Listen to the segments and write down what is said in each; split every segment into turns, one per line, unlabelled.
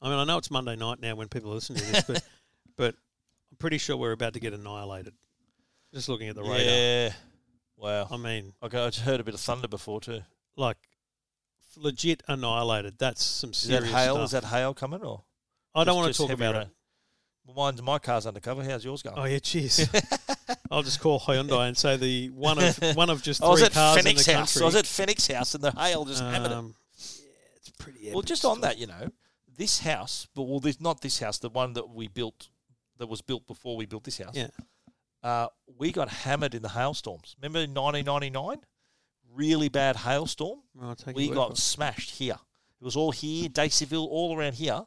I mean, I know it's Monday night now when people are listening to this, but but I'm pretty sure we're about to get annihilated. Just looking at the radar. Um,
Yeah. Wow.
I mean,
Okay, I just heard a bit of thunder before too.
like f- legit annihilated. That's some
Is
serious
that hail?
stuff.
Is that hail coming or?
I don't
just-
want to
just
talk
heavy
about it.
rain? Well, mine's my car's undercover. How's yours going?
Oh yeah, cheers. I'll just call Hyundai and say the one of one of just
Oh, I was
three
at
cars
Phoenix
in the
House.
country.
I was at Phoenix House, and the hail just hammered it.
Um, yeah, it's pretty.
Well,
epic
just on
stuff.
that, you know, this house, but well, this not this house, the one that we built, that was built before we built this house.
Yeah.
Uh, we got hammered in the hailstorms. Remember in 1999? Really bad hailstorm.
Well, I'll take
we
your word
got
for it.
smashed here. It was all here, Daceyville, all around here.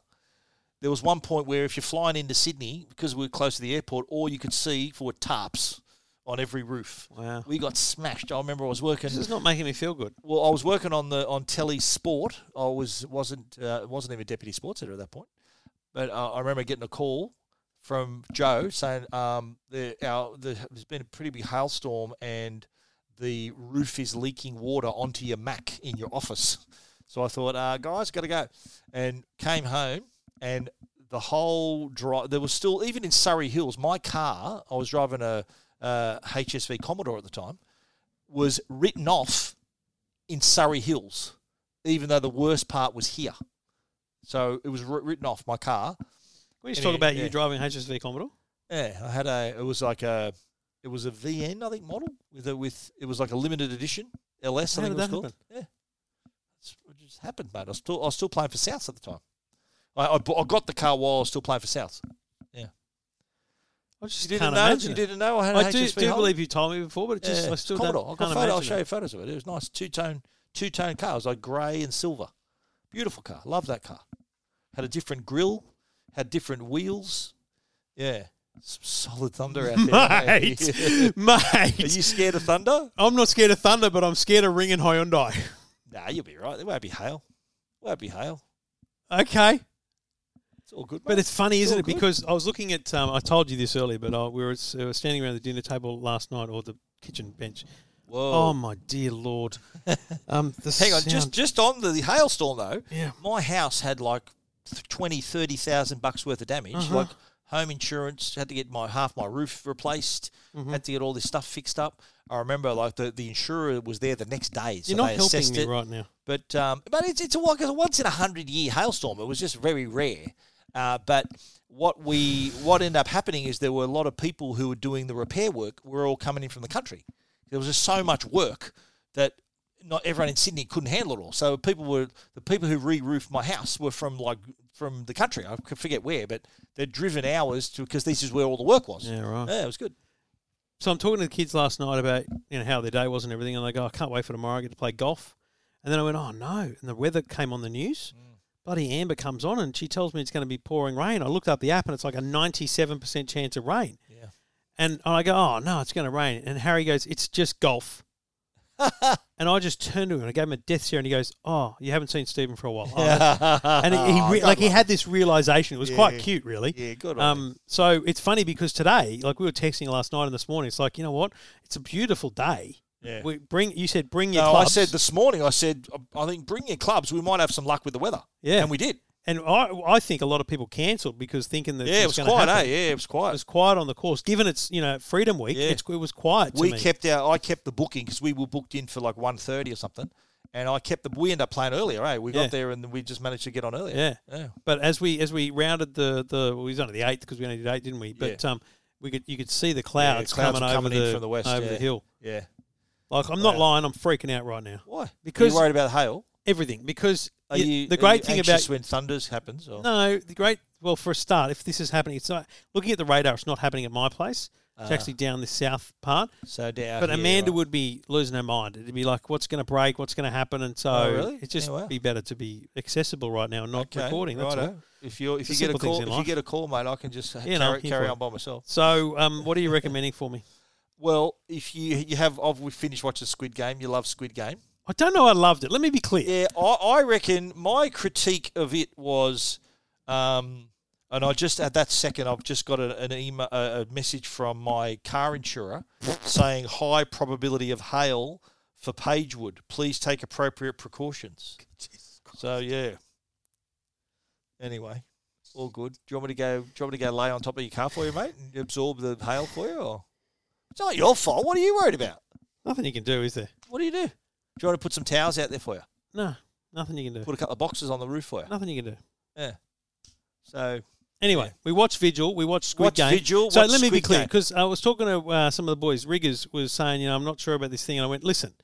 There was one point where if you're flying into Sydney, because we were close to the airport, all you could see were tarps on every roof.
Wow,
We got smashed. I remember I was working.
this is not making me feel good.
Well, I was working on the on telly sport. I was wasn't uh, wasn't even deputy sports editor at that point, but uh, I remember getting a call from Joe saying um, the, our, the, there's been a pretty big hailstorm and the roof is leaking water onto your Mac in your office. So I thought, uh, guys, got to go, and came home and the whole drive. There was still even in Surrey Hills. My car, I was driving a uh, HSV Commodore at the time, was written off in Surrey Hills, even though the worst part was here. So it was wr- written off my car.
Can we just
Anyway,
talk about
yeah.
you driving HSV Commodore?
Yeah, I had a. It was like a. It was a VN, I think, model with a with. It was like a limited edition LS. I
How
think it
did
was
that
called. Yeah, it's, it just happened, mate. I was still I was still playing for South at the time. I, I, bu- I got the car while I was still playing for South.
I just
You didn't
can't
know.
imagine.
You
it.
didn't know. I had a
I do,
HSV
do
Hummer.
believe you told me before, but it just I still
Commodore.
don't.
I've got
can't
a photo. I'll
imagine
show
it.
you photos of it. It was nice, two tone, two tone car. It was like grey and silver. Beautiful car. Love that car. Had a different grill. Had different wheels. Yeah, some solid thunder out there.
Mate,
Are
mate,
you scared of thunder?
I'm not scared of thunder, but I'm scared of ringing Hyundai.
Nah, you'll be right. There won't be hail. Won't be hail.
okay,
It's all good.
But
mate.
it's funny,
It's
isn't
all
it?
good.
Because I was looking at, um, I told you this earlier, but I, we, were, s- we were standing around the dinner table last night or the kitchen bench. Oh,
Whoa.
my dear Lord. Um, the
Hang on, just
sound-
just on the, the hailstorm though.
Yeah.
My house had like th- twenty, thirty thousand bucks worth of damage.
Uh-huh.
Like home insurance, had to get my half my roof replaced,
Mm-hmm.
had to get all this stuff fixed up. I remember like the, the insurer was there the next day, so
You're not
they
helping
assessed
me
it.
right now.
But um, but it's it's a once- a once in a hundred year hailstorm. It was just very rare. Uh, but what we what ended up happening is there were a lot of people who were doing the repair work. were all coming in from the country. There was just so much work that not everyone in Sydney couldn't handle it all. So people were the people who re-roofed my house were from like from the country. I could forget where, but they'd driven hours to because this is where all the work was.
Yeah, right.
Yeah, it was good.
So I'm talking to the kids last night about you know how their day was and everything, and they go, "I can't wait for tomorrow. I get to play golf." And then I went, "Oh no!" And the weather came on the news.
Mm.
Bloody Amber comes on and she tells me it's going to be pouring rain. I looked up the app and it's like a 97% chance of rain.
Yeah.
And I go, "Oh no, it's going to rain." And Harry goes, "It's just golf." and I just turned to him and I gave him a death stare, and he goes, "Oh, you haven't seen Stephen for a while." Oh, that's-" and he, he re- like he had this realization. It was quite cute, really.
Oh, yeah, good. on him.
Um, so it's funny because today, like we were texting last night and this morning, it's like you know what? It's a beautiful day.
Yeah.
We bring you said bring your
No, I
clubs.
said this morning. I said I think bring your clubs. We might have some luck with the weather.
Yeah.
and we did.
and I I think a lot of people cancelled because thinking that
Yeah, it was
going to
quiet. Eh?
happen.
Yeah, it was
It
quiet.
was quiet on the course, given it's you know Freedom Week.
Yeah.
It's, it was quiet. To
we
me.
kept our. I kept the booking because we were booked in for like 1.30 or something, and I kept the. We ended up playing earlier. Eh? We
Yeah.
got there and we just managed to get on earlier.
yeah.
yeah.
But as we as we rounded the the well, it was only the eighth because we only did eight, didn't we?
Yeah.
But um, we could you could see the clouds,
clouds were
coming,
coming
over
in
the
from the west,
over the
yeah.
hill.
yeah.
Like I'm not
Wow.
lying, I'm freaking out right now.
Why?
Because-
you worried about hail.
Everything because
Are
you-
you
the
are
great
you
thing
anxious
about
when thunders happens? Or?
No, the great. Well, for a start, if this is happening, it's not looking at the radar. It's not happening at my place. It's
Ah.
actually down the south part.
So down.
But
here,
Amanda
right.
would be losing her mind. It'd be like, what's going to break? What's going to happen? And so
Oh, really?
it'd just
Yeah, wow.
be better to be accessible right now and not
Okay,
recording. That's
righto.
all.
If you if
the
you get a
simple things
call
in
if you
life.
get a call, mate, I can just
no,
carry,
I'm here
carry
for
on by myself.
So, um, what are you recommending for me?
Well, if you you have, I've we finished watching Squid Game. You love Squid Game.
I don't know. I loved it. Let me be clear.
Yeah, I, I reckon my critique of it was, um, and I just at that second I've just got a, an email a, a message from my car insurer saying high probability of hail for Pagewood. Please take appropriate precautions. So yeah, Anyway, all good. Do you want me to go? Do you want me to go lay on top of your car for you, mate, and absorb the hail for you? Or it's not your fault. What are you worried about?
Nothing you can do, is there?
What do you do? Do you want to put some towels out there for you?
No, nothing you can do.
Put a couple of boxes on the roof for you.
Nothing you can do.
Yeah. So
Anyway,
Yeah.
we watched Vigil, we watched Squid
Watch
Game.
Vigil,
so
watch
let me be
Squid
clear,
Game.
because I was talking to uh, some of the boys. Riggers was saying, you know, I'm not sure about this thing, and I went, listen,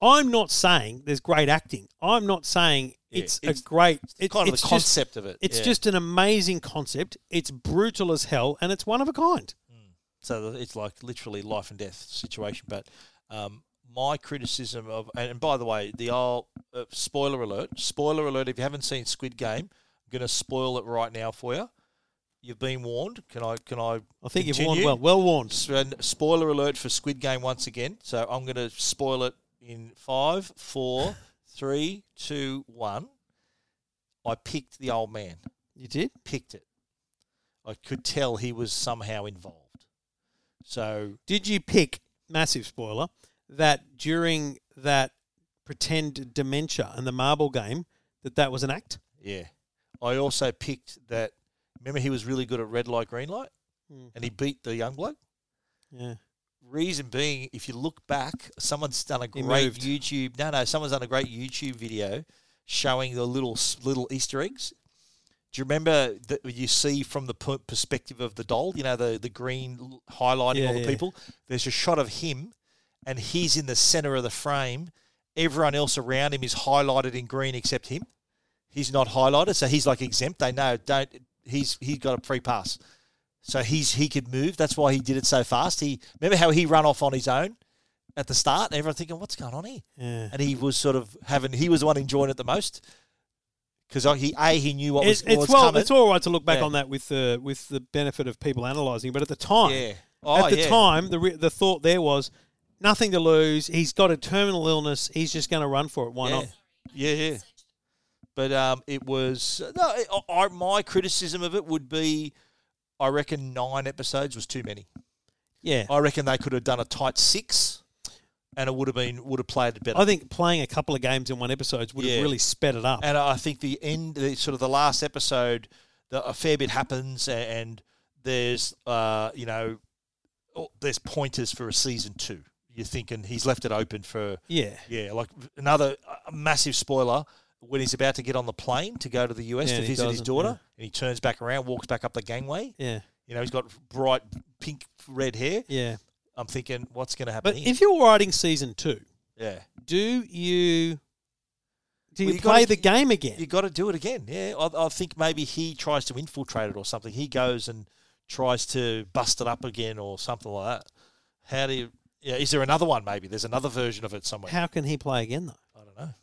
I'm not saying there's great acting. I'm not saying
Yeah,
it's,
it's-
a great. it-
kind of
it's
the
just-
concept of it.
It's
yeah.
just an amazing concept. It's brutal as hell, and it's one of a kind.
so th- it's like literally life and death situation. But um, my criticism of and, and by the way, the old uh, spoiler alert, spoiler alert. If you haven't seen Squid Game, I'm going to spoil it right now for you. You've been warned. Can I? Can I?
I think you've warned
continue?
well. Well warned.
S- and Spoiler alert for Squid Game once again. So I'm going to spoil it in five, four, three, two, one. I picked the old man
You did?
picked it. I could tell he was somehow involved. So
Did you pick, massive spoiler, that during that pretend dementia and the marble game, that that was an act?
yeah, I also picked that. Remember, he was really good at red light, green light,
Mm.
and he beat the young bloke.
Yeah.
Reason being, if you look back, someone's done a
He
great
moved.
YouTube. No, no, someone's done a great YouTube video showing the little s- little Easter eggs. Do you remember that you see from the per- perspective of the doll? You know, the the green l- highlighting
Yeah,
all the
yeah.
people. There's a shot of him, and he's in the center of the frame. Everyone else around him is highlighted in green except him. He's not highlighted, so he's like exempt. They know don't. He's he's got a free pass. So he's he could move. That's why he did it so fast. He remember how he ran off on his own at the start. and Everyone thinking, "What's going on here?"
Yeah.
And he was sort of having. He was the one enjoying it the most because he a he knew what was,
It's-
what
it's
was
well,
coming.
it's all right to look back
Yeah.
on that with the with the benefit of people analysing, but at the time,
yeah. Oh,
at the
yeah.
time, the re- the thought there was nothing to lose. He's got a terminal illness. He's just going to run for it. Why
yeah.
not?
Yeah, yeah. But um, it was no. It, I, my criticism of it would be, I reckon nine episodes was too many.
Yeah,
I reckon they could have done a tight six, and it would have been would have played better.
I think playing a couple of games in one episode would have
Yeah.
really sped it up.
and I think the end, the, sort of the last episode, the, a fair bit happens, a- and there's uh, you know, oh, there's pointers for a season two. You're thinking he's left it open for
yeah,
yeah, like another uh, massive spoiler when he's about to get on the plane to go to the US
Yeah,
to
and he
visit his
doesn't,
daughter, and he turns back around, walks back up the gangway.
yeah,
You know, he's got bright pink red hair.
yeah.
I'm thinking, what's going to happen?
But
here?
if you're writing season two,
yeah.
do you do you,
Well, you
play
gotta-
the game again?
you got to do it again. Yeah, I, I think maybe he tries to infiltrate it or something. He goes and tries to bust it up again or something like that. How do you? Yeah, is there another one? Maybe there's another version of it somewhere.
How can he play again though?
I don't know.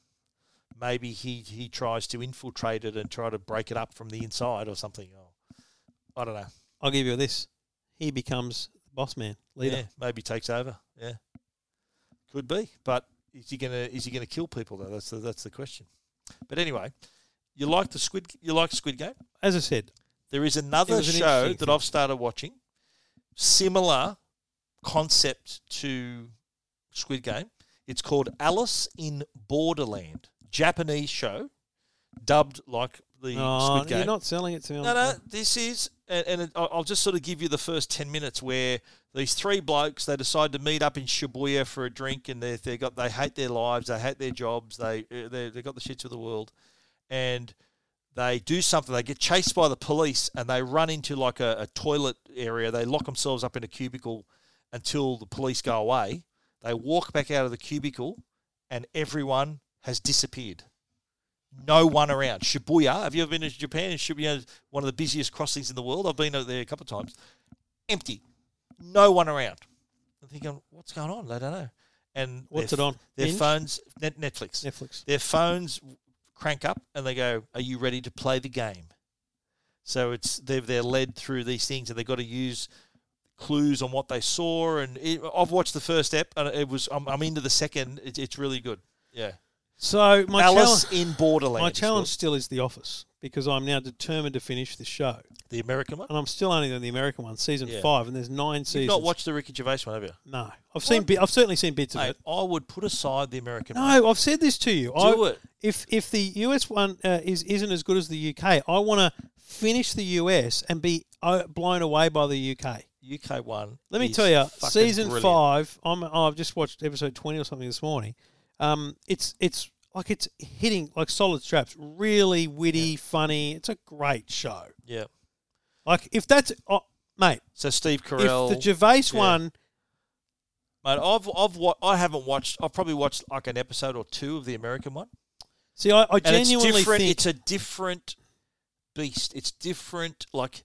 Maybe he he tries to infiltrate it and try to break it up from the inside or something. Oh, I don't know.
I'll give you this. He becomes boss man leader.
Yeah, maybe takes over. Yeah, could be. But is he gonna is he gonna kill people though? That's the, that's the question. But anyway, you like the squid you like Squid Game.
As I said,
There is
It
another
was an
show
interesting
that
thing.
I've started watching, similar concept to Squid Game. It's called Alice in Borderland, Japanese show, dubbed like the
oh,
Squid Game.
you're not selling it to me.
No, no, this is, and, and it, I'll I'll just sort of give you the first 10 minutes where these three blokes, they decide to meet up in Shibuya for a drink and they they got they hate their lives, they hate their jobs, they, uh, they, they got the shits of the world. And they do something, they get chased by the police and they run into like a, a toilet area. They lock themselves up in a cubicle until the police go away. They walk back out of the cubicle and everyone has disappeared no one around. Shibuya, have you ever been to Japan? Shibuya is one of the busiest crossings in the world. I've been out there a couple of times. Empty. No one around. I'm thinking, what's going on? I don't know. And
What's
their,
it on?
Their
Hinge?
phones, net, Netflix.
Netflix.
Their phones crank up and they go, Are you ready to play the game? So it's they're, they're led through these things and they've got to use clues on what they saw. And it, I've watched the first step and it was I'm, I'm into the second. It, it's really good. Yeah.
So my
Alice
challenge,
in Borderland.
my
is
challenge still is The Office because I'm now determined to finish this show,
good. The American one.
and I'm still only on the American one, season
Yeah.
five, and there's nine seasons.
You've not watched the Ricky Gervais one, have you?
No, I've seen. Bi- I've certainly seen bits of
Mate,
it.
I would put aside the American one.
No, I've said this to you.
Do
I,
it.
If if the US one uh, is isn't as good as the UK, I want to finish the US and be uh, blown away by the UK.
UK one.
Let me
is
tell you,
fucking
season
brilliant.
five. I'm. oh, I've just watched episode twenty or something this morning. Um, it's it's like it's hitting like solid straps. Really witty, funny. It's a great show.
Yeah.
Like if that's oh, mate,
So Steve Carell.
if the Gervais
yeah.
one,
mate, I've I've wa- I haven't watched. I've probably watched like an episode or two of the American one.
see, I, I
And
genuinely
it's different.
think
It's a different beast. It's different. Like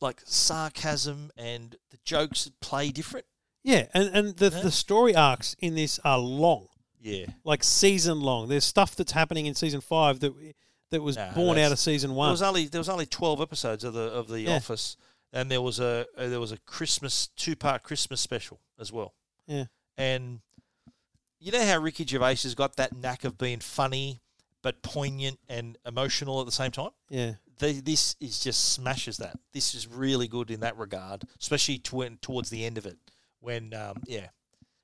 like sarcasm and the jokes play different.
yeah, and and the,
Yeah.
the story arcs in this are long,
Yeah.
like season long. There's stuff that's happening in season five that that was
Nah,
born
that's-
out of season
There
one.
was only there was only twelve episodes of the of the
Yeah.
Office, and there was a uh, there was a Christmas two part Christmas special as well.
Yeah.
and you know how Ricky Gervais has got that knack of being funny but poignant and emotional at the same time.
yeah,
The, this is just smashes that. This is really good in that regard, especially to when, towards the end of it when um, yeah.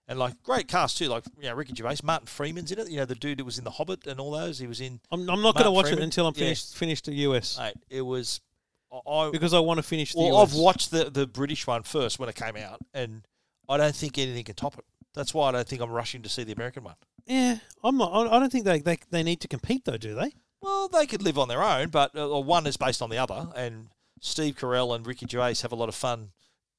And like great cast too, like yeah, Ricky Gervais, Martin Freeman's in it. You know the dude that was in The Hobbit and all those. He was in.
I'm, I'm not going to
Mark
watch it
Freeman?
until I'm
Yeah.
finished finished the US
Mate, it was. I, I,
because I want to finish the
Well,
US.
I've watched the, the British one first when it came out, and I don't think anything can top it. That's why I don't think I'm rushing to see the American one.
Yeah, I'm not. I I don't think they, they they need to compete though, do they?
Well, they could live on their own, but uh, uh, one is based on the other, and Steve Carell and Ricky Gervais have a lot of fun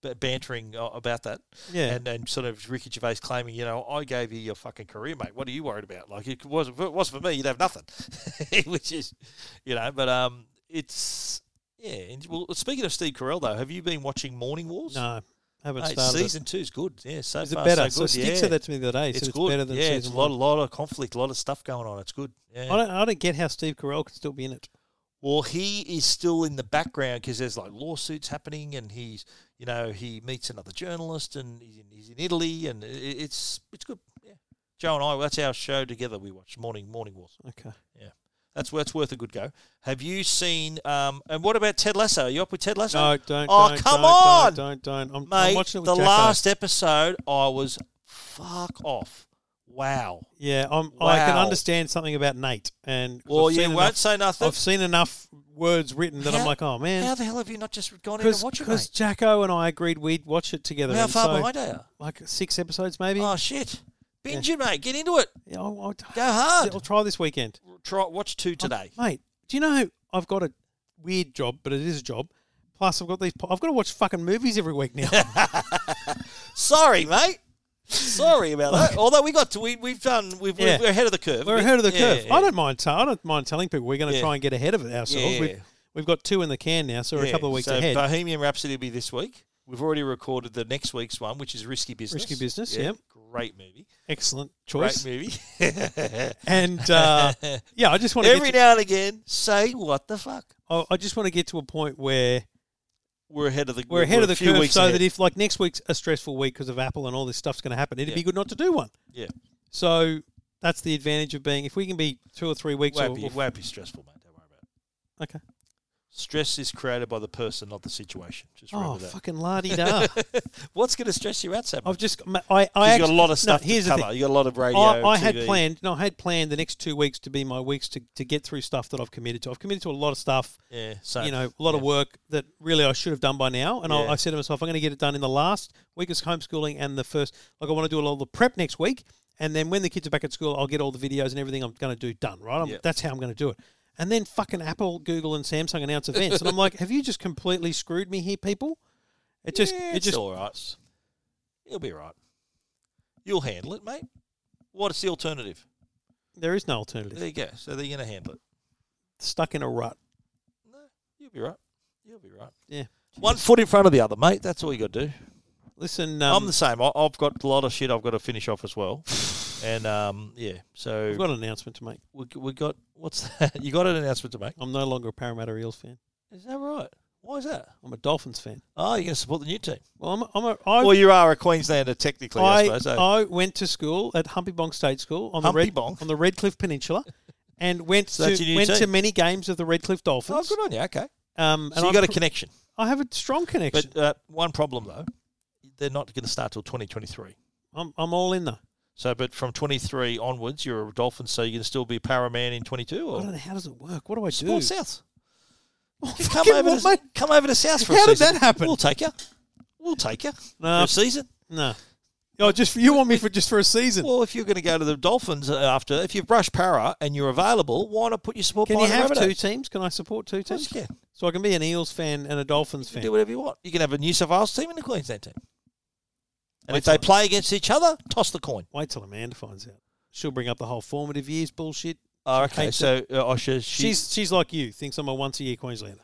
b- bantering uh, about that.
Yeah.
And, and sort of Ricky Gervais claiming, you know, I gave you your fucking career, mate. What are you worried about? Like, it was, if it wasn't for me, you'd have nothing. Which is, you know, but um, it's, yeah. And, well, speaking of Steve Carell, though, have you been watching Morning Wars?
No, haven't
Mate,
started.
season two is good. Yeah, so
it. Is it
far
better?
so good.
so
yeah.
Stick said that to me the other day. He
it's
said
good.
better than
yeah,
season
it's a lot,
one.
lot of conflict, a lot of stuff going on. It's good.
I
Yeah.
don't. I don't get how Steve Carell could still be in it.
Well, he is still in the background because there's like lawsuits happening, and he's you know he meets another journalist, and he's in, he's in Italy, and i- i- it's it's good. Yeah. Joe and I, that's our show together. We watch Morning Morning Wars.
Okay.
That's that's worth a good go. Have you seen? Um, and what about Ted Lasso? Are you up with Ted Lasso?
No, don't.
Oh,
don't,
come
don't,
on!
Don't, don't. don't. I'm,
Mate,
I'm watching it with
the
Jacko.
last episode, I was fuck off. Wow.
Yeah, I'm, I can
Wow.
understand something about Nate, and 'cause
Well,
I've
you
seen
won't
enough,
say nothing.
I've seen enough words written that I'm
How-
like, oh
How
man,
the hell have you not just gone in and watched it,
because
mate?
Jacko and I agreed we'd watch it together.
How
and
far
so,
behind are you?
Like six episodes, maybe.
Oh shit! Binge it, mate. Get into it.
yeah, I'll, I'll,
Go hard.
I'll try this weekend.
Try watch two today.
Mate, do you know I've got a weird job, but it is a job. Plus, I've got these. po- I've got to watch fucking movies every week now.
Sorry, mate. Sorry about that. Although we got to, we, we've done, we've,
Yeah.
we're ahead of the curve.
We're ahead of the
Yeah,
curve.
yeah.
I don't mind. T- I don't mind telling people we're going to
Yeah.
try and get ahead of it ourselves.
Yeah.
We've, we've got two in the can now, so we're a
Yeah.
couple of weeks
so
ahead.
Bohemian Rhapsody will be this week. We've already recorded the next week's one, which is Risky Business.
Risky Business, yep.
Great movie.
Excellent choice.
Great movie.
And uh, yeah, I just want to.
Every
Get to
now and again, say what the fuck.
I I just want to get to a point where
We're ahead of the.
we're ahead of
a
the
few
curve,
weeks
so
ahead.
that if like next week's a stressful week because of Apple and all this stuff's going to happen, it'd
Yeah.
be good not to do one.
Yeah.
So that's the advantage of being. If we can be two or three weeks, or,
won't be,
or-
won't be stressful, mate. Don't worry about it.
okay.
Stress is created by the person, not the situation. Just remember
Oh,
that.
fucking la di da!
What's going to stress you out, Sam?
I've just ma- I I
You've
actually,
got a lot of stuff
No, here's
to
the
cover.
thing.
You've got a lot of radio.
I, I had
TV.
planned. No, I had planned the next two weeks to be my weeks to, to get through stuff that I've committed to. I've committed to a lot of stuff.
Yeah, so
you know, a lot of
yeah.
work that really I should have done by now. And
Yeah.
I, I said to myself, I'm going to get it done in the last week of homeschooling and the first. Like I want to do a lot of the prep next week, and then when the kids are back at school, I'll get all the videos and everything I'm going to do done. Right? I'm,
Yep.
That's how I'm going to do it. And then fucking Apple, Google, and Samsung announce events, and I'm like, have you just completely screwed me here, people? It just
Yeah,
it
it's
just
all right. You'll be all right. You'll handle it, mate. What's the alternative?
there is no alternative.
There you go. So they're going to handle it.
Stuck in a rut.
No, you'll be right. You'll be right.
Yeah.
One foot in front of the other, mate. That's all you got to do.
Listen,
I'm
um,
the same. I, I've got a lot of shit I've got to finish off as well. and um, yeah, so
I've got an announcement to make.
we, we got what's that? You got an announcement to make?
I'm no longer a Parramatta Eels fan.
Is that right? Why is that?
I'm a Dolphins fan.
Oh, you're going to support the new team.
Well, I'm a, I'm a, I,
Well, you are a Queenslander technically, I,
I,
suppose. So.
I went to school at Humpy Bonk State School on the
Humpty
Red,
Bonk?
on the Redcliffe Peninsula, and went
So that's your
to
new
went to
team.
many games of the Redcliffe
oh,
Dolphins.
good on you. Okay.
um, and
So you
I'm
got a
pr-
connection.
I have a strong connection.
But uh, one problem, though, they're not going to start till 2023.
I'm, I'm all in though.
So, but from 23 onwards, you're a Dolphin, so you can still be a Power Man in 22
I don't
or
know how does it work. What do I do?
Sport South.
Oh,
Just
fucking
come over,
what, mate?
to, come over to South for a
How did
season.
that happen?
We'll take you. We'll take you for
No,
a season.
no. Oh, just for, you want me for just for a season?
Well, if you're going to go to the Dolphins uh, after, if you've brushed para and you're available, why not put your support
can you
behind
have
the
two
Rabbitohs?
teams? Can I support two
Of course
teams?
you can.
So I can be an Eels fan and a Dolphins
You
fan.
can do whatever you want. You can have a New South Wales team and a Queensland team. And
Wait
if they
till-
play against each other, toss the coin.
Wait till Amanda finds out. She'll bring up the whole formative years bullshit.
Oh,
okay,
okay. So uh, I should, she,
She's she's like you, thinks I'm a once a year Queenslander.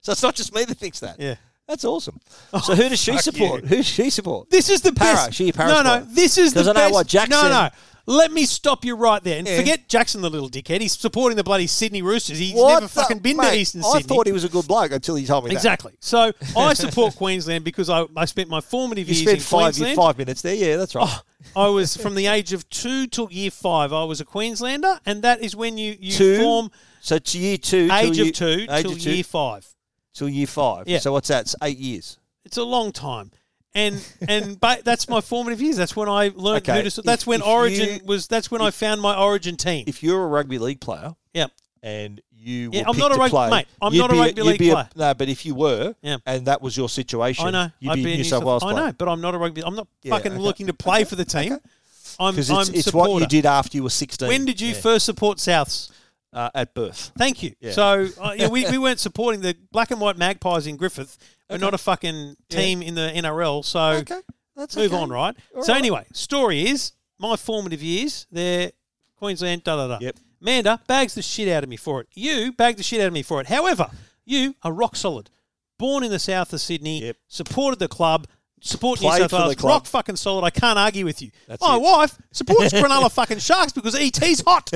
so it's not just me that thinks that.
Yeah. Oh,
That's awesome. So who does she
fuck
support? Who does she support?
This is the
Para,
best.
she a para
no, no.
supporter.
This is the
'Cause I know
best.
what
No,
Jackson-
no. Let me stop you right there and
Yeah.
forget Jackson, the little dickhead. He's supporting the bloody Sydney Roosters. He's
What
never
the-
fucking been to
mate,
Eastern
I
Sydney.
thought he was a good bloke until he told me
exactly. So I support Queensland because I, I spent my formative
that. You
years
spent
in
five
Queensland. Oh,
five minutes there. Yeah, that's right.
I was from the age of two till year five. I was a Queenslander, and that is when you, you
Two
form
so to you two, till
age
you,
of two
age
till
of two,
year five.
till year five.
Yeah.
So what's that? It's eight years.
It's a long time. And and but that's my formative years. That's when I learned.
Okay,
who to, su- that's
if-
when
if
Origin
you-
was. That's when I found my Origin team.
If you're a rugby league player
yeah,
and you,
Yeah,
were
I'm
picked
not a
to
rug-
play,
mate, I'm
you'd
not a
be
rugby
you'd
league
be
player.
No, but if you were,
Yeah.
and that was your situation,
I know.
you'd
I'd
be, a New South Wales
I
player.
know, but I'm not a rugby. I'm not
Yeah,
fucking
okay.
looking to play for the team. I'm.
Because
I'm
it's, it's
supporter.
what you did after you were 16.
When did you
Yeah.
first support Souths?
uh, at birth?
Thank you.
Yeah.
So uh, yeah, we, we weren't supporting the black and white Magpies in Griffith. We're not a fucking
Yeah.
team in the NRL. So
that's
move on, right?
All
so
right.
anyway, story is my formative years. They're Queensland. Da da da.
Yep.
Amanda bags the shit out of me for it. You bag the shit out of me for it. However, you are rock solid. Born in the south of Sydney,
Yep.
supported the club, support New
Played
South
for the
Wales,
club.
rock fucking solid. I can't argue with you.
That's
my
it.
wife supports Cronulla fucking Sharks because ET's hot.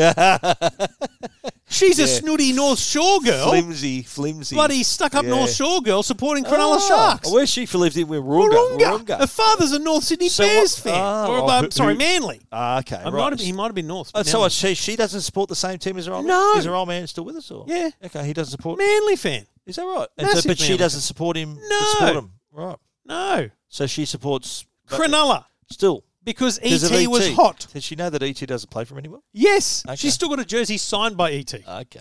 She's a snooty North Shore girl,
Flimsy, flimsy.
bloody stuck up
Yeah.
North Shore girl supporting Cronulla
Oh,
Sharks.
Where's she lived in? We're Woorongah.
Warunga. Her father's a North Sydney
So
Bears
what-
fan.
Ah,
or,
well,
um,
who-
sorry,
who-
Manly.
Ah, okay.
I
right.
might have, he might have been North.
Oh,
but
so
now
what, she she doesn't support the same team as her old man?
No.
Is her old man still with us? Or?
Yeah.
Okay, he doesn't support.
Manly fan.
Is that right? And so-
Massive
but she
man.
doesn't support him. to
No.
support him. Right.
No.
So she supports but
Cronulla.
still.
Because
'cause
ET
of
was hot.
Does she know that
E
ET doesn't play for him anymore?
Yes.
Okay. Uh,
She's still got a jersey signed by E ET.
Okay.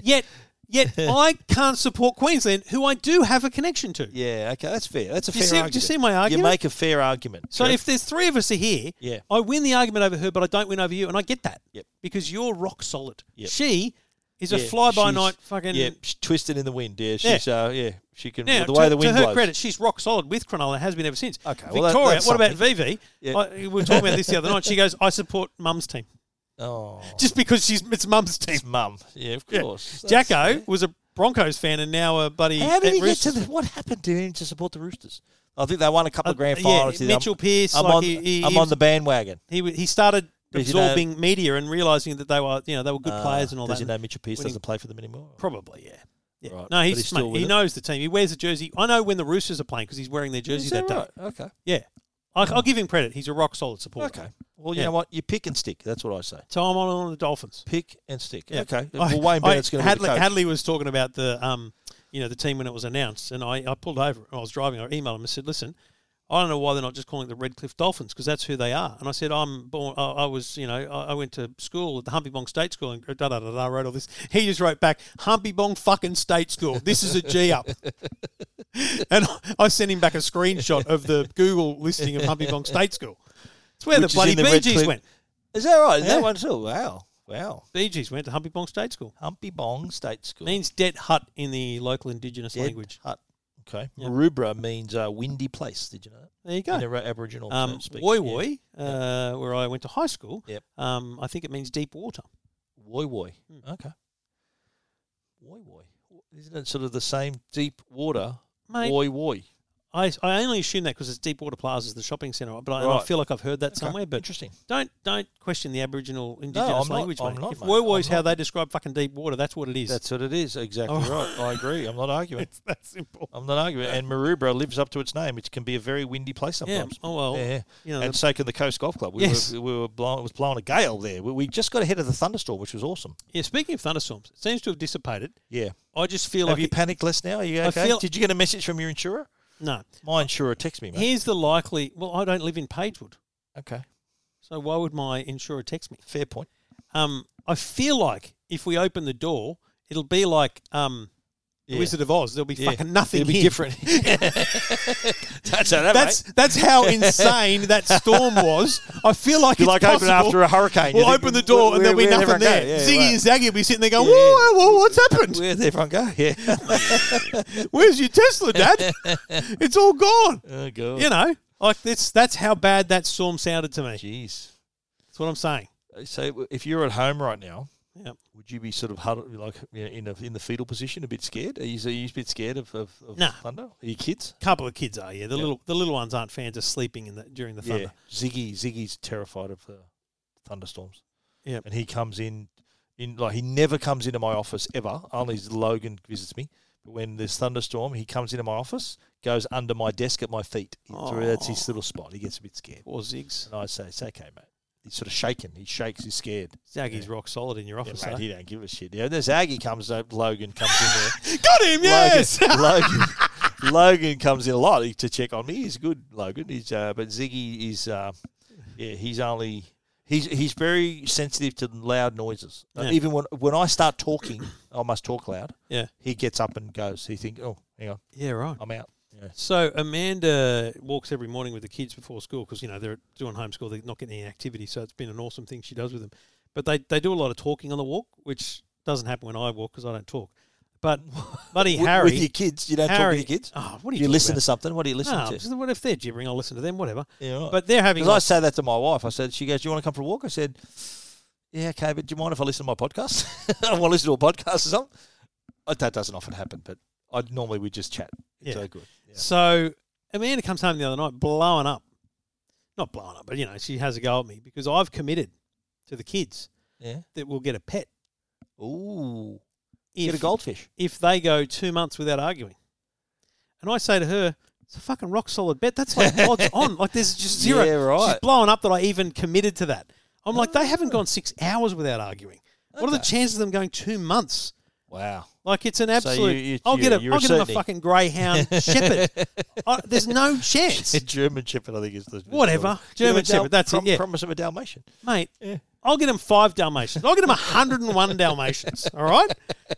Yet yet I can't support Queensland, who I do have a connection to.
Yeah. Okay. That's fair. That's a
Do you
fair
see- do you
argument.
see my argument?
You make a fair argument.
So
Correct.
if there's three of us are here,
Yeah.
I win the argument over her, but I don't win over you, and I get that.
Yep.
Because you're rock solid.
Yep.
She is a
Yeah,
fly by
she's-
night fucking
yeah, she's twisted in the wind. Yeah, she's yeah, uh, yeah she can
Now,
the way
to,
the wind
to her
blows.
credit, she's rock solid with Cronulla and has been ever since.
Okay, well, that-
Victoria.
that's
what about Vivi?
Yeah.
I, we were talking about this the other night. She goes, "I support Mum's team
Oh,
just because she's it's Mum's team."
it's mum. Yeah, of
Yeah.
course. That's-
Jacko was a Broncos fan and now a buddy.
How did
at
he get to
Roosters.
the, what happened to him to support the Roosters? I think they won a couple of grand
Uh,
finals.
Yeah,
I'm-
Mitchell Pearce.
I'm,
like
on,
he, he,
I'm
he
on
was-
the bandwagon.
he, w- he started
Does he know-
absorbing media and realizing that they were you know they were good
Uh,
players and all
does
that.
he know Mitchell Pearce
winning-
doesn't play for them anymore?
Probably yeah. Yeah.
Right,
No,
but
he's,
he's still
mate,
with
he
it.
knows the team. He wears a jersey. I know when the Roosters are playing because he's wearing their jersey
Is
that,
that
day.
right? Okay.
Yeah, I, I'll give him credit. He's a rock solid supporter.
Okay. Well, you
Yeah.
know what? You pick and stick. That's what I say.
So I'm on, on the Dolphins.
Pick and stick.
Yeah.
Okay.
I-
Well, Wayne
I-
Bennett's going to be
Hadley,
the coach.
Hadley was talking about the um, you know, the team when it was announced, and I, I pulled over. I was driving. I emailed him and said, "Listen, I don't know why they're not just calling it the Redcliffe Dolphins because that's who they are." And I said, "I'm born. I, I was, you know, I, I went to school at the Humpy Bong State School, and da da da da." Wrote all this. He just wrote back, "Humpy Bong fucking State School. This is a G up." and I sent him back a screenshot of the Google listing of Humpy Bong State School. It's where
Which
the
is
bloody
in the
Bee Gees
Redcliffe-
went.
Is that right? Is
Yeah.
that one too? Wow. Wow.
Bee Gees went to Humpy Bong State School.
Humpy Bong State School.
means dead hut in the local indigenous
Dead
language.
Hut. Okay.
Yeah.
Maroubra means uh, windy place. Did you know that?
There you
In
go.
Ara- Aboriginal
Um,
um, speak.
Woi Woi, uh, where I went to high school,
Yep.
um, I think it means deep water.
Woi Woi.
Hmm.
Okay. Woi Woi. Isn't it sort of the same deep water?
Mate.
Woi Woi.
I, I only assume that because it's Deepwater Plaza is the shopping centre, but I, and I
Right.
feel like I've heard that somewhere. But
Interesting.
don't don't question the Aboriginal Indigenous
I'm not-
language,
I'm
mate.
not,
if
mate.
Wurwa is
I'm not.
how they describe fucking deep water, that's what it is.
That's what it is. Exactly
Oh.
right. I agree. I'm not arguing.
it's that simple.
I'm not arguing. And Maroubra lives up to its name, which can be a very windy place
Yeah.
sometimes.
Oh well.
yeah.
You know,
and so can the Coast Golf Club. We
Yes.
were, we were blowing, it was blowing a gale there. We, we just got ahead of the thunderstorm, which was awesome.
yeah. Speaking of thunderstorms, it seems to have dissipated.
Yeah.
I just feel
Have
like
you
it-
panicked less now? Are you
I
okay?
feel-
Did you get a message from your insurer?
no.
My insurer texted me, mate.
Here's the likely. Well, I don't live in Pagewood,
Okay.
so why would my insurer text me?
Fair point.
Um, I feel like if we open the door, it'll be like um, The
Yeah.
Wizard of Oz. There'll be
Yeah.
fucking nothing.
It'd be
here.
different. That's how that,
That's
mate.
that's how insane that storm was. I feel like
Be
it's
like
possible.
open after a hurricane.
We'll
You think,
open the door and
where-
there'll be
where'd
nothing
everyone go?
there.
Yeah,
Ziggy
right.
and Zaggy will be sitting there going,
Yeah.
whoa, whoa, what's happened?
Where'd everyone go? Yeah.
Where's your Tesla, Dad? it's all gone.
oh, God.
You know, like it's, that's how bad that storm sounded to me.
Jeez.
That's what I'm saying.
So if you're at home right now,
Yep.
would you be sort of huddled, like you know, in a, in the fetal position, a bit scared? Are you, are you a bit scared of, of, of
Nah.
thunder? Are you kids?
couple of kids are, yeah. The
Yep.
little the little ones aren't fans of sleeping in the, during the thunder.
Ziggy Ziggy's terrified of uh, thunderstorms.
Yep.
and he comes in in like he never comes into my office ever. Only Logan visits me. But when there's thunderstorm, he comes into my office, goes under my desk at my feet. He- so That's his little spot. He gets a bit scared,
Or Zigs.
and I say, "It's okay, mate." He's sort of shaken. He shakes. He's scared.
Zaggy's rock solid in your
Yeah,
office.
mate,
eh?
he don't give a shit. Yeah, there's Aggie comes up. Logan comes in there.
Got him, yes.
Logan, Logan, Logan comes in a lot to check on me. He's good, Logan. He's uh, but Ziggy is, uh, yeah, he's only he's he's very sensitive to loud noises. Uh,
Yeah.
Even when when I start talking, I must talk loud.
Yeah.
he gets up and goes. He thinks, oh, hang on,
yeah, right.
I'm out. Yeah.
So Amanda walks every morning with the kids before school because you know they're doing homeschool, they're not getting any activity. So it's been an awesome thing she does with them. But they, they do a lot of talking on the walk, which doesn't happen when I walk because I don't talk. But Buddy
With-
Harry,
with your kids, you don't
Harry,
talk to your kids.
Oh, what are you,
Do you
talking
listen to
about?
something? What do you listen
No,
to?
so what if they're gibbering? I'll listen to them, whatever.
Yeah, right.
But they're having
Because I
like,
say that to my wife. I said, she goes, "Do you want to come for a walk?" I said, "Yeah, okay, but do you mind if I listen to my podcast? I want to listen to a podcast or something." Uh, That doesn't often happen, but I normally we just chat. It's
Yeah.
so good. Yeah.
so. Amanda comes home the other night blowing up, not blowing up, but you know she has a go at me because I've committed to the kids that we'll get a pet
Ooh,
if
get a goldfish.
if they go two months without arguing. And I say to her, it's a fucking rock solid bet. That's like odds on. Like there's just zero.
Yeah,
She's
right.
blowing up that I even committed to that. I'm like, they haven't gone six hours without arguing. What are the
Okay.
chances of them going two months?
Wow.
Like it's an
you-
absolute.
you-
I'll get a.
you're
I'll get them a
certainty.
fucking greyhound shepherd. I, there's no chance,
A German Shepherd, I think is the
Whatever. German Shepherd, that's it, yeah.
promise of a Dalmatian.
mate.
Yeah.
I'll get them five Dalmatians. I'll get them 101 Dalmatians. All right,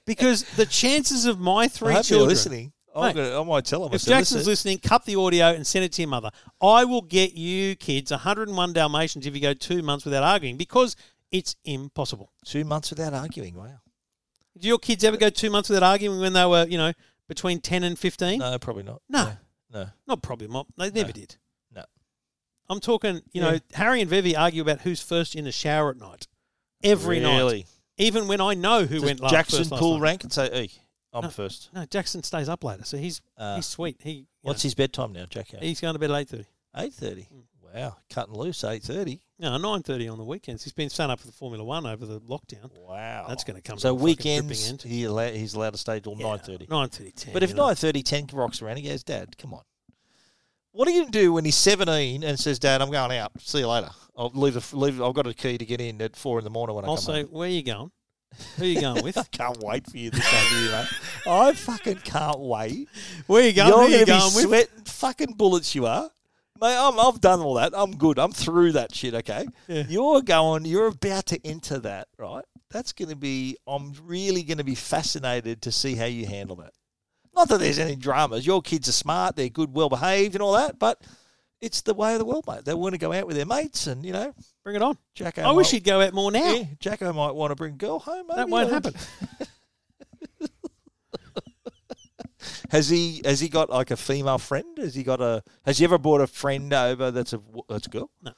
because the chances of my
I
three
hope you're
children
listening. I'm
Mate.
gonna, I might tell him. I
If
said,
Jackson's
"Listen,
listening, cut the audio and send it to your mother. I will get you kids 101 Dalmatians if you go two months without arguing because it's impossible.
two months without arguing. Wow.
Did your kids ever go two months without arguing when they were, you know, between 10 and 15?
No, probably not.
No.
No.
Not probably, Mom. They never
No.
did.
No.
I'm talking, you know,
Yeah.
Harry and Vivi argue about who's first in the shower at night. Every night.
really.
Even when I know who
Does
went last.
Jackson
first last
pull
night.
rank and say, "Hey, I'm
No.
first.
No, Jackson stays up later, so he's
Uh,
he's sweet. He you
What's his bedtime now, Jacko?
know, he's going to bed at 8.30.
Eight thirty. Wow, cutting loose eight thirty.
No, 9.30 on the weekends. He's been signed up for the Formula One over the lockdown.
Wow,
That's going to come.
So
to a fucking
weekends
ripping end.
he allow, he's allowed to stay till nine thirty.
Nine thirty. Ten.
But if nine thirty ten rocks around, he goes, Dad, come on. What are you going to do when he's seventeen and says, Dad, I'm going out. See you later. I'll leave. The, leave. I've got a key to get in at four in the morning when I come
also,
home.
where are you going? Who are you going with?
I can't wait for you this time of year, mate. I fucking can't wait.
Where are you going?
You're
Who are
going
you
to be
going with?
sweating fucking bullets. You are, mate. I'm, I've done all that. I'm good. I'm through that shit. Okay.
Yeah.
You're going. You're about to enter that. Right. That's going to be. I'm really going to be fascinated to see how you handle that. Not that there's any dramas. Your kids are smart. They're good, well behaved, and all that. But it's the way of the world, mate. They want to go out with their mates, and you know,
Bring it on.
Jacko.
I wish
might,
he'd go out more now.
yeah, Jacko might want to bring a girl home.
that
maybe,
won't
or-
happen.
Has he has he got like a female friend? Has he got a has he ever brought a friend over that's a w- that's a girl?
No.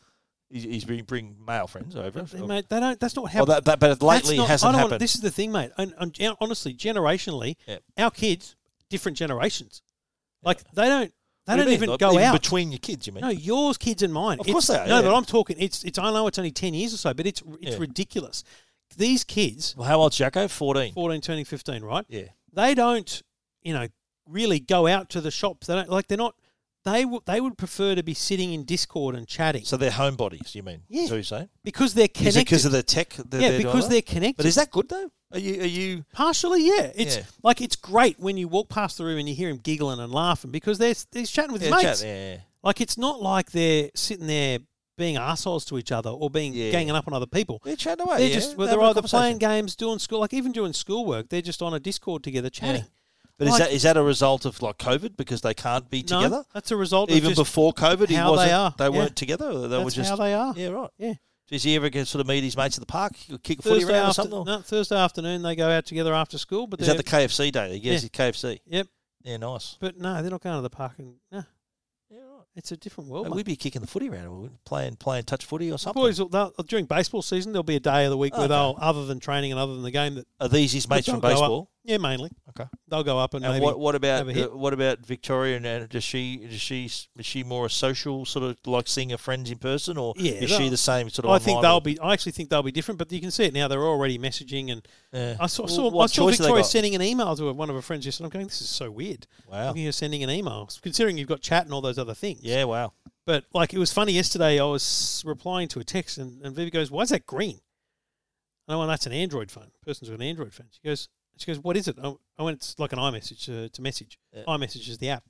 He's, he's been bring male friends over.
They-
or-
mate, they don't. That's not
or
happening.
that, that, but lately it
I
hasn't
don't
happened.
Want, this is the thing, mate. And, and gen- honestly, generationally,
Yeah.
our kids, different generations. Like they don't. They
What do
don't
you mean?
even
Like,
go out.
between your kids. You mean?
no, yours, kids, and mine.
Of
It's-
course they are,
No,
yeah.
but I'm talking. It's it's. I know it's only ten years or so, but it's it's
Yeah.
ridiculous. These kids,
Well, how old's Jacko? Fourteen.
14, turning 15, right?
Yeah.
They don't, you know, really go out to the shops. They don't like. They're not. They would they would prefer to be sitting in Discord and chatting
So they're homebodies. You mean?
Yeah.
Is that what you're saying?
because they're
Is it
connected.
because of the tech? That
yeah,
they're doing
because
that?
they're connected.
But is that good though? Are you? Are you?
Partially, yeah. It's
Yeah.
like it's great when you walk past the room and you hear him giggling and laughing because they're he's chatting with
Yeah,
his mates.
chat- yeah,
Like it's not like they're sitting there being assholes to each other or being
Yeah.
ganging up on other people.
they're chatting away.
They're
Oh, yeah,
just well,
having
they're
a
either
conversation.
playing games, doing school, like even doing schoolwork. They're just on a Discord together chatting.
But is
Like-
that is that a result of like COVID because they can't be
No,
together?
that's a result
Even
of just
before COVID, he
how they
wasn't.
are, yeah.
weren't together. They
that's
were just.
how they are.
yeah, right.
Yeah.
Does he ever get sort of meet his mates at the park? He could kick a footy
Thursday,
around or
after,
something? or-
no, Thursday afternoon they go out together after school. But
Is that
they're-
the KFC day? He gets his KFC.
Yep.
Yeah, nice.
But no, they're not going to the park. And no,
Yeah, right.
it's a different world.
Mate,
mate.
we'd be kicking the footy around, wouldn't we? playing playing touch footy or
The
something.
boys, will- they'll- during baseball season, there'll be a day of the week where
Oh,
they'll,
Okay.
other than training and other than the game, that
Are these his mates
they'll
from
go up-
baseball?
Yeah, mainly.
Okay.
They'll go up and,
And
maybe
what what about
have a hit.
uh, what about Victoria? And uh, does she does she is she more a social sort of like seeing her friends in person, or
Yeah,
is she
they'll-
the same sort of?
I think
online
they'll
or-
be. I actually think they'll be different, but you can see it now. They're already messaging, and
Yeah.
I saw,
Well,
saw, I
what
saw
choice have they
Victoria
got?
sending an email to one of her friends yesterday. I'm going, this is so weird.
Wow.
You're sending an email, considering you've got chat and all those other things.
Yeah. Wow.
But like, it was funny yesterday. I was replying to a text, and, and Vivi goes, "Why is that green?" And I went, "That's an Android phone. Person's got an Android phone." She goes, "She goes, what is it?" I, I went, "It's like an iMessage. Uh, it's a message.
Yeah.
iMessage is the app."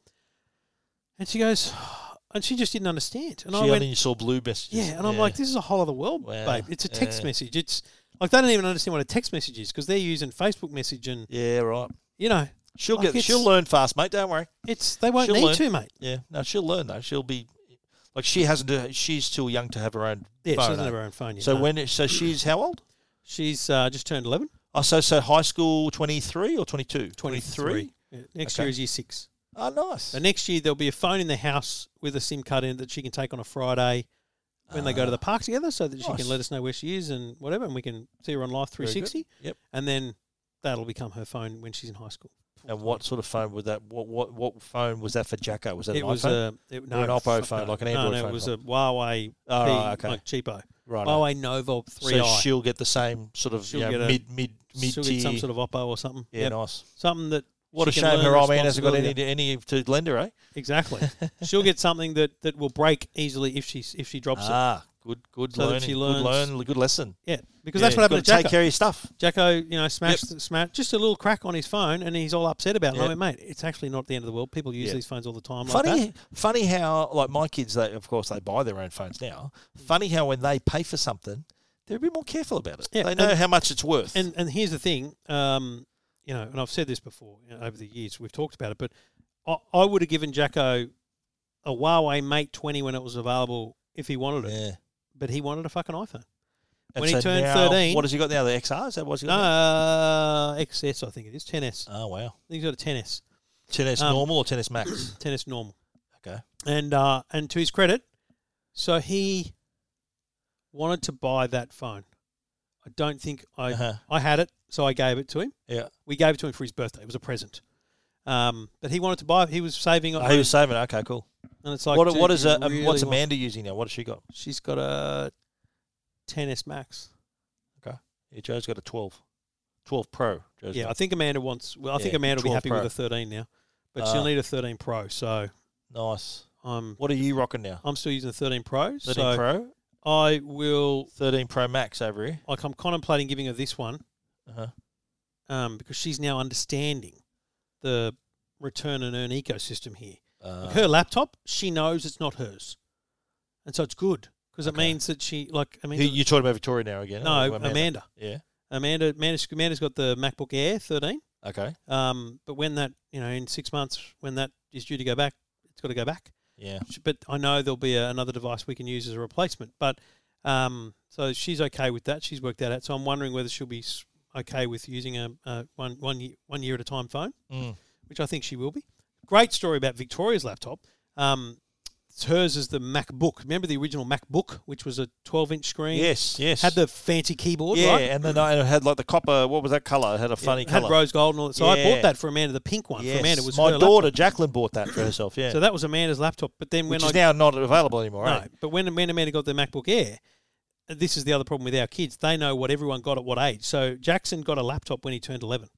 And she goes, and she just didn't understand. And
she
I went,
only saw blue messages.
Yeah, and I'm like, this is a whole other world,
Wow.
babe. It's a text
Yeah.
message. It's like they don't even understand what a text message is because they're using Facebook message and
yeah, right.
you know
She'll
Like
get.
it's-
She'll learn fast, mate. Don't worry.
it's they won't
She'll
need
learn.
to, mate.
Yeah. No, she'll learn though. She'll be like she hasn't. uh, She's too young to have her own.
Yeah, she
phone,
doesn't
eh?
have her own phone yet.
So
no.
when it, so she's how old?
she's uh, just turned 11,
Oh, so so high school twenty three or twenty two?
23. Yeah, next
Okay.
year is year six.
Oh, nice.
So next year there'll be a phone in the house with a SIM card in it that she can take on a Friday when they go to the park together, so that she
Ah. nice.
can let us know where she is and whatever, and we can see her on Live
Very good.
360.
Yep.
And then that'll become her phone when she's in high school.
And what sort of phone was that? What what what phone was that for Jacko? Was that
It
an
was
iPhone?
a it, no
an Oppo
fuck
phone,
no.
like an
No,
Android
no,
phone
It was
phone.
a Huawei
Oh,
P,
right, okay.
like cheapo. Oh,
right.
Huawei Nova 3i.
so she'll get the same sort of you
She'll
know,
get a-
mid mid mid
She'll
tier.
get some sort of Oppo or something.
yeah,
Yep.
nice.
Something that
What
she
a
can
shame
learn
her old man hasn't got any
responsibility.
to, any to lend her, eh?
Exactly. She'll get something that, that will break easily if she if she drops it.
Ah, good good
So that
learning,
she
good
learns-
learn, good lesson.
Yeah, because
Yeah,
that's what happened to
gotta
Jacko.
Take care of your stuff.
Jacko, you know, smashed smashed just a little crack on his phone, and he's all upset about it.
Yeah.
And I went, mate, it's actually not the end of the world. People use
Yeah.
these phones all the time. Like
Funny,
that.
funny how like my kids, they of course they buy their own phones now. Funny how when they pay for something, they're a bit more careful about it.
Yeah,
they know
and-
how much it's worth.
And and here's the thing, um, you know, and I've said this before you know, over the years. We've talked about it, but I, I would have given Jacko a Huawei Mate 20 when it was available if he wanted it,
yeah.
but he wanted a fucking iPhone.
And
when he turned
now,
13
what has he got now? The XR? Is that what's he
No,
got?
uh, XS, I think it is 10s. I
now? Oh wow.
think he's got a 10s,
10s
Um,
normal or 10s max?
10s normal.
okay.
And uh, and to his credit, so he wanted to buy that phone. I don't think I
Uh-huh.
I had it, so I gave it to him.
Yeah.
We gave it to him for his birthday. It was a present. Um, but he wanted to buy. it. He was saving up,
Oh, he was saving. it. Okay, cool.
and it's like,
what
dude,
what is
you
uh, um,
really
what's
want-
Amanda using now? What has she got?
She's got a 10s Max.
Yeah, Joe's got a 12. 12 Pro. Joe's
yeah, I
got.
think Amanda wants. Well, I think
Yeah,
Amanda will be
12
happy
Pro.
with a 13 now, but
Ah.
she'll need a 13 Pro. So
nice.
I'm
What are you rocking now?
I'm still using the 13 Pro.
13
so
Pro,
I will.
13 Pro Max over here.
Like I'm contemplating giving her this one
Uh-huh.
um, because she's now understanding the return and earn ecosystem here.
Uh,
Like her laptop, she knows it's not hers, and so it's good because it
Okay.
means that she like I
who-
mean,
You're talking about Victoria now again?
no,
or
Amanda. Amanda,
Yeah.
Amanda, Amanda's, Amanda's got the MacBook Air 13.
Okay.
Um, but when that you know in six months when that is due to go back, it's got to go back.
Yeah.
Sh- But I know there'll be a, another device we can use as a replacement. But um, so she's okay with that. She's worked that out. So I'm wondering whether she'll be s- okay with using a, a one one year, one year at a time phone.
Mm.
which I think she will be. Great story about Victoria's laptop. Um, hers is the MacBook. Remember the original MacBook, which was a 12 inch screen?
Yes, yes.
Had the fancy keyboard,
yeah,
right?
and then I had like the copper. What was that color? It had a funny
It had
color.
rose gold and all that. So I
Yeah.
bought that for Amanda, the pink one
Yes.
for Amanda. It was
my
her
daughter
laptop.
Jacqueline bought that for herself. Yeah,
So that was Amanda's laptop. But then when
which
I
is now not available anymore.
No,
eh?
but when when Amanda got the MacBook Air, this is the other problem with our kids. They know what everyone got at what age. So Jackson got a laptop when he turned eleven.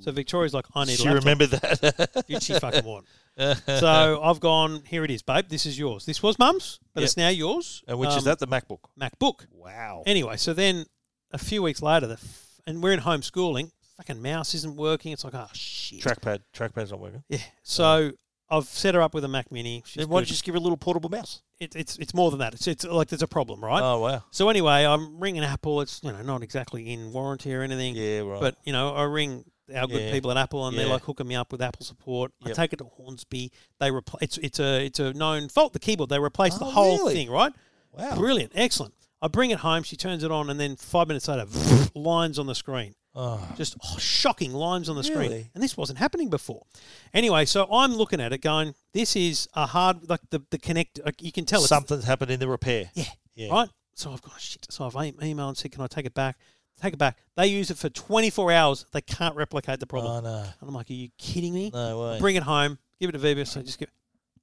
So Victoria's like, I need
she
a laptop.
remembered that.
Did she fucking want? so I've gone. Here it is, babe. This is yours. This was mum's, but
Yeah.
it's now yours.
and which is
Um,
that the MacBook?
MacBook?
Wow.
Anyway, so then a few weeks later, the f- and we're in homeschooling. Fucking mouse isn't working. It's like, oh shit.
trackpad, trackpad's not working.
Yeah. So I've set her up with a Mac Mini. She's
Then why don't
good.
you just give her a little portable mouse?
It, it's it's more than that. It's it's like there's a problem, right?
Oh wow.
So anyway, I'm ringing Apple. It's you know not exactly in warranty or anything,
Yeah, right.
but you know I ring our good
Yeah.
people at Apple, and they're
Yeah.
like hooking me up with Apple support.
Yep.
I take it to Hornsby. They repl- it's it's a it's a known fault. The keyboard they replace the
Oh,
whole
really?
thing, right?
wow.
Brilliant, excellent. I bring it home. She turns it on, and then five minutes later, lines on the screen.
Oh.
Just oh, shocking lines on the
Really?
screen, and this wasn't happening before. Anyway, so I'm looking at it, going, "This is a hard like the the connect. Like you can tell it's
Something's happened in the repair.
yeah.
Yeah.
Right? So I've gone, shit. So I've em- emailed and said, can I take it back? Take it back. They use it for 24 hours. They can't replicate the problem.
Oh no.
and I'm like, are you kidding me?
No way.
Bring it home. Give it to Viva. So just give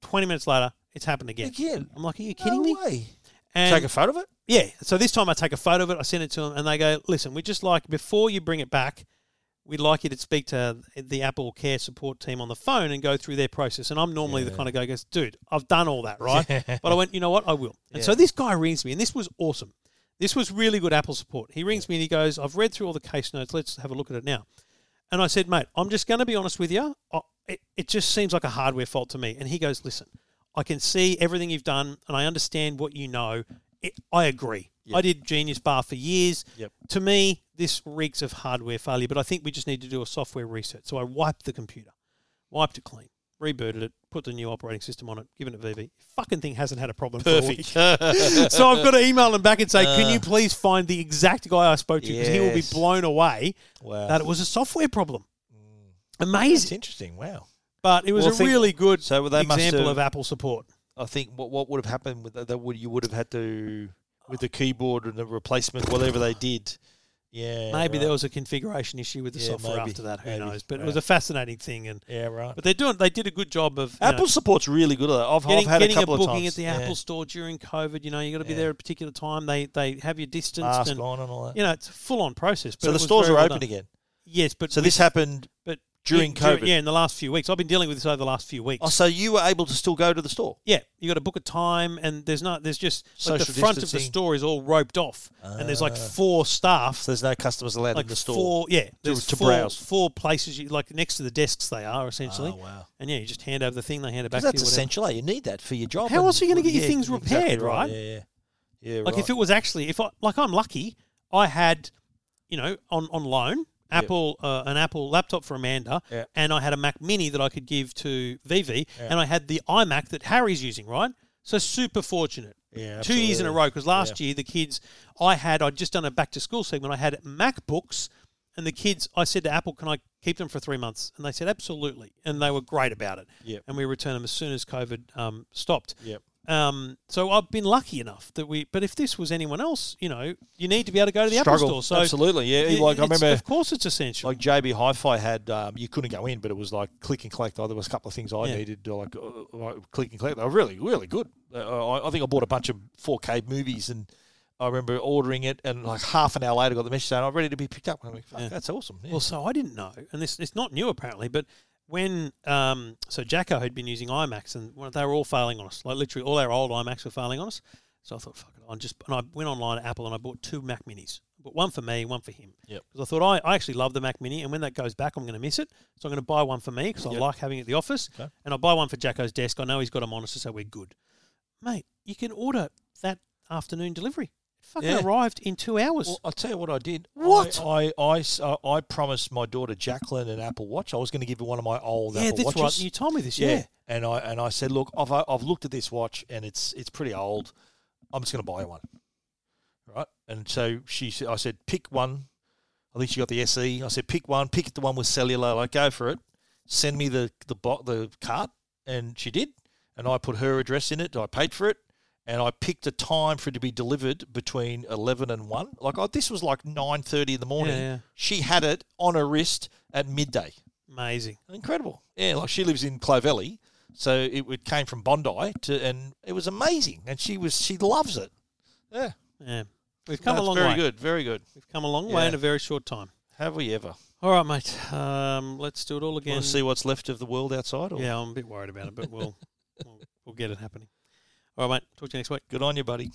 20 minutes later, it's happened again.
Again.
I'm like, are you kidding
no
me?
Way.
And
Take a photo of it.
yeah. So this time I take a photo of it. I send it to them and they go, listen, we just like, before you bring it back, we'd like you to speak to the Apple Care support team on the phone and go through their process. And I'm normally the kind of guy who goes, dude, I've done all that, right? But I went, you know what? I will. And so this guy rings me, and this was awesome. This was really good Apple support. He rings me and he goes, I've read through all the case notes. Let's have a look at it now. And I said, mate, I'm just going to be honest with you. I, it, it just seems like a hardware fault to me. And he goes, listen, I can see everything you've done and I understand what you know. It, I agree. I did Genius Bar for years.
Yep.
To me, this reeks of hardware failure, but I think we just need to do a software reset. So I wiped the computer, wiped it clean, rebooted it, put the new operating system on it, given it VB. Fucking thing hasn't had a problem for a week so I've got to email him back and say, "Can you please find the exact guy I spoke to? Because he will be
Uh. Yes.
blown away
wow.
that it was a software problem."
It's
Amazing,
interesting. Wow.
but it was
Mm. Well,
a
think-
really good
So they must
example
have-
of Apple support.
I think what what would have happened with that, that would you would have had to with the keyboard and the replacement whatever they did. Yeah.
Maybe
right.
there was a configuration issue with the
Yeah,
software
maybe,
after that. Who
maybe.
knows? But it
Wow.
was a fascinating thing, and
Yeah. Right.
but they're doing. They did a good job of you know,
Apple support's really good at that. I've,
Getting,
I've had
getting
a
a,
couple of
booking
times.
at the
Yeah.
Apple store during COVID, you know, you got to be
Yeah.
there at a particular time. They they have you distanced,
Mask
and
on and all that.
you know, it's a full on process. But
so
it
the
was
stores
very
are
well
open
done.
again.
Yes, but
So
with-
this happened.
but
during
in-
COVID.
yeah, in the last few weeks, I've been dealing with this over the last few weeks.
Oh, so you were able to still go to the store.
Yeah, you got to book a time, and there's not there's just like the
Social
front of the
distancing. Ah.
store is all roped off, and there's like four staff,
So there's no customers allowed
like
in the store.
four yeah, there's
to
four,
browse.
four places you like next to the desks they are essentially,
Oh, wow.
and yeah, you just hand over the thing, they hand it back
'Cause
to you.
that's
whatever.
essential. eh? You need that for your job.
How
and-
else are you gonna get your
yeah,
things
exactly
repaired, right?
Yeah, yeah. yeah
Like
right.
if it was actually if I like I'm lucky, I had, you know, on on loan. Apple, uh, an Apple laptop for Amanda,
Yeah.
and I had a Mac Mini that I could give to Vivi, and I had the iMac that Harry's using, right? So super fortunate.
Yeah,
two years in a
absolutely.
row because last year the kids I had I'd just done a back to school segment. I had MacBooks, and the kids I said to Apple, "Can I keep them for three months?" And they said, "Absolutely," and they were great about it.
Yep.
And we returned them as soon as COVID um, stopped.
Yep.
Um, so I've been lucky enough that we. But if this was anyone else, you know, you need to be able to go to the Apple
Struggle.
store. So
Absolutely. Yeah.
it-
like I
it's-
remember
of course, it's essential.
Like JB Hi-Fi had, um, you couldn't go in, but it was like click and collect. Oh, there was a couple of things I
Yeah.
needed, uh, like, uh, like click and collect. They were really, really good. Uh, I, I think I bought a bunch of 4K movies, and I remember ordering it, and like half an hour later, got the message saying I'm ready to be picked up. And I'm like, fuck, that's awesome. Yeah.
Well, so I didn't know, and this it's not new apparently, but when um, so Jacko had been using IMAX, and one- they were all failing on us. Like literally, all our old IMAX were failing on us. So I thought, fuck it, I just and I went online to Apple and I bought two Mac Minis, but one for me, one for him.
Yep.
Because I thought I, I actually love the Mac Mini, and when that goes back, I'm going to miss it. So I'm going to buy one for me because I like having it at the office,
Okay.
and I'll buy one for Jacko's desk. I know he's got a monitor, so we're good. Mate, you can order that afternoon delivery. It fucking
Yeah.
arrived in two hours.
Well, I'll tell you what I did.
What?
I I, I s- uh, I promised my daughter Jacqueline an Apple Watch. I was going to give her one of my old
yeah,
Apple
that's
Watches.
right. You told me this.
Yeah.
Yeah.
And I and I said, look, I've I've looked at this watch and it's it's pretty old. I'm just going to buy one, right? And so she said, I said, pick one. I think she got the SE. I said, pick one. Pick the one with cellular. Like, go for it. Send me the the bo- the cart, and she did. and I put her address in it. I paid for it, and I picked a time for it to be delivered between eleven and one. Like I, this was like nine thirty in the morning.
yeah.
She had it on her wrist at midday.
Amazing.
Incredible. Yeah, like she lives in Clovelly, so it, it came from Bondi to, and it was amazing. And she was she loves it. Yeah,
Yeah. We've come
That's
a long
very
way.
good, very good.
We've come a long way
Yeah.
in a very short time.
Have we ever?
All right, mate. Um, let's do it all again.
Want to see what's left of the world outside? Or?
yeah, I'm a bit worried about it, but we'll, we'll we'll get it happening. All right, mate. Talk to you next week.
Good on you, buddy.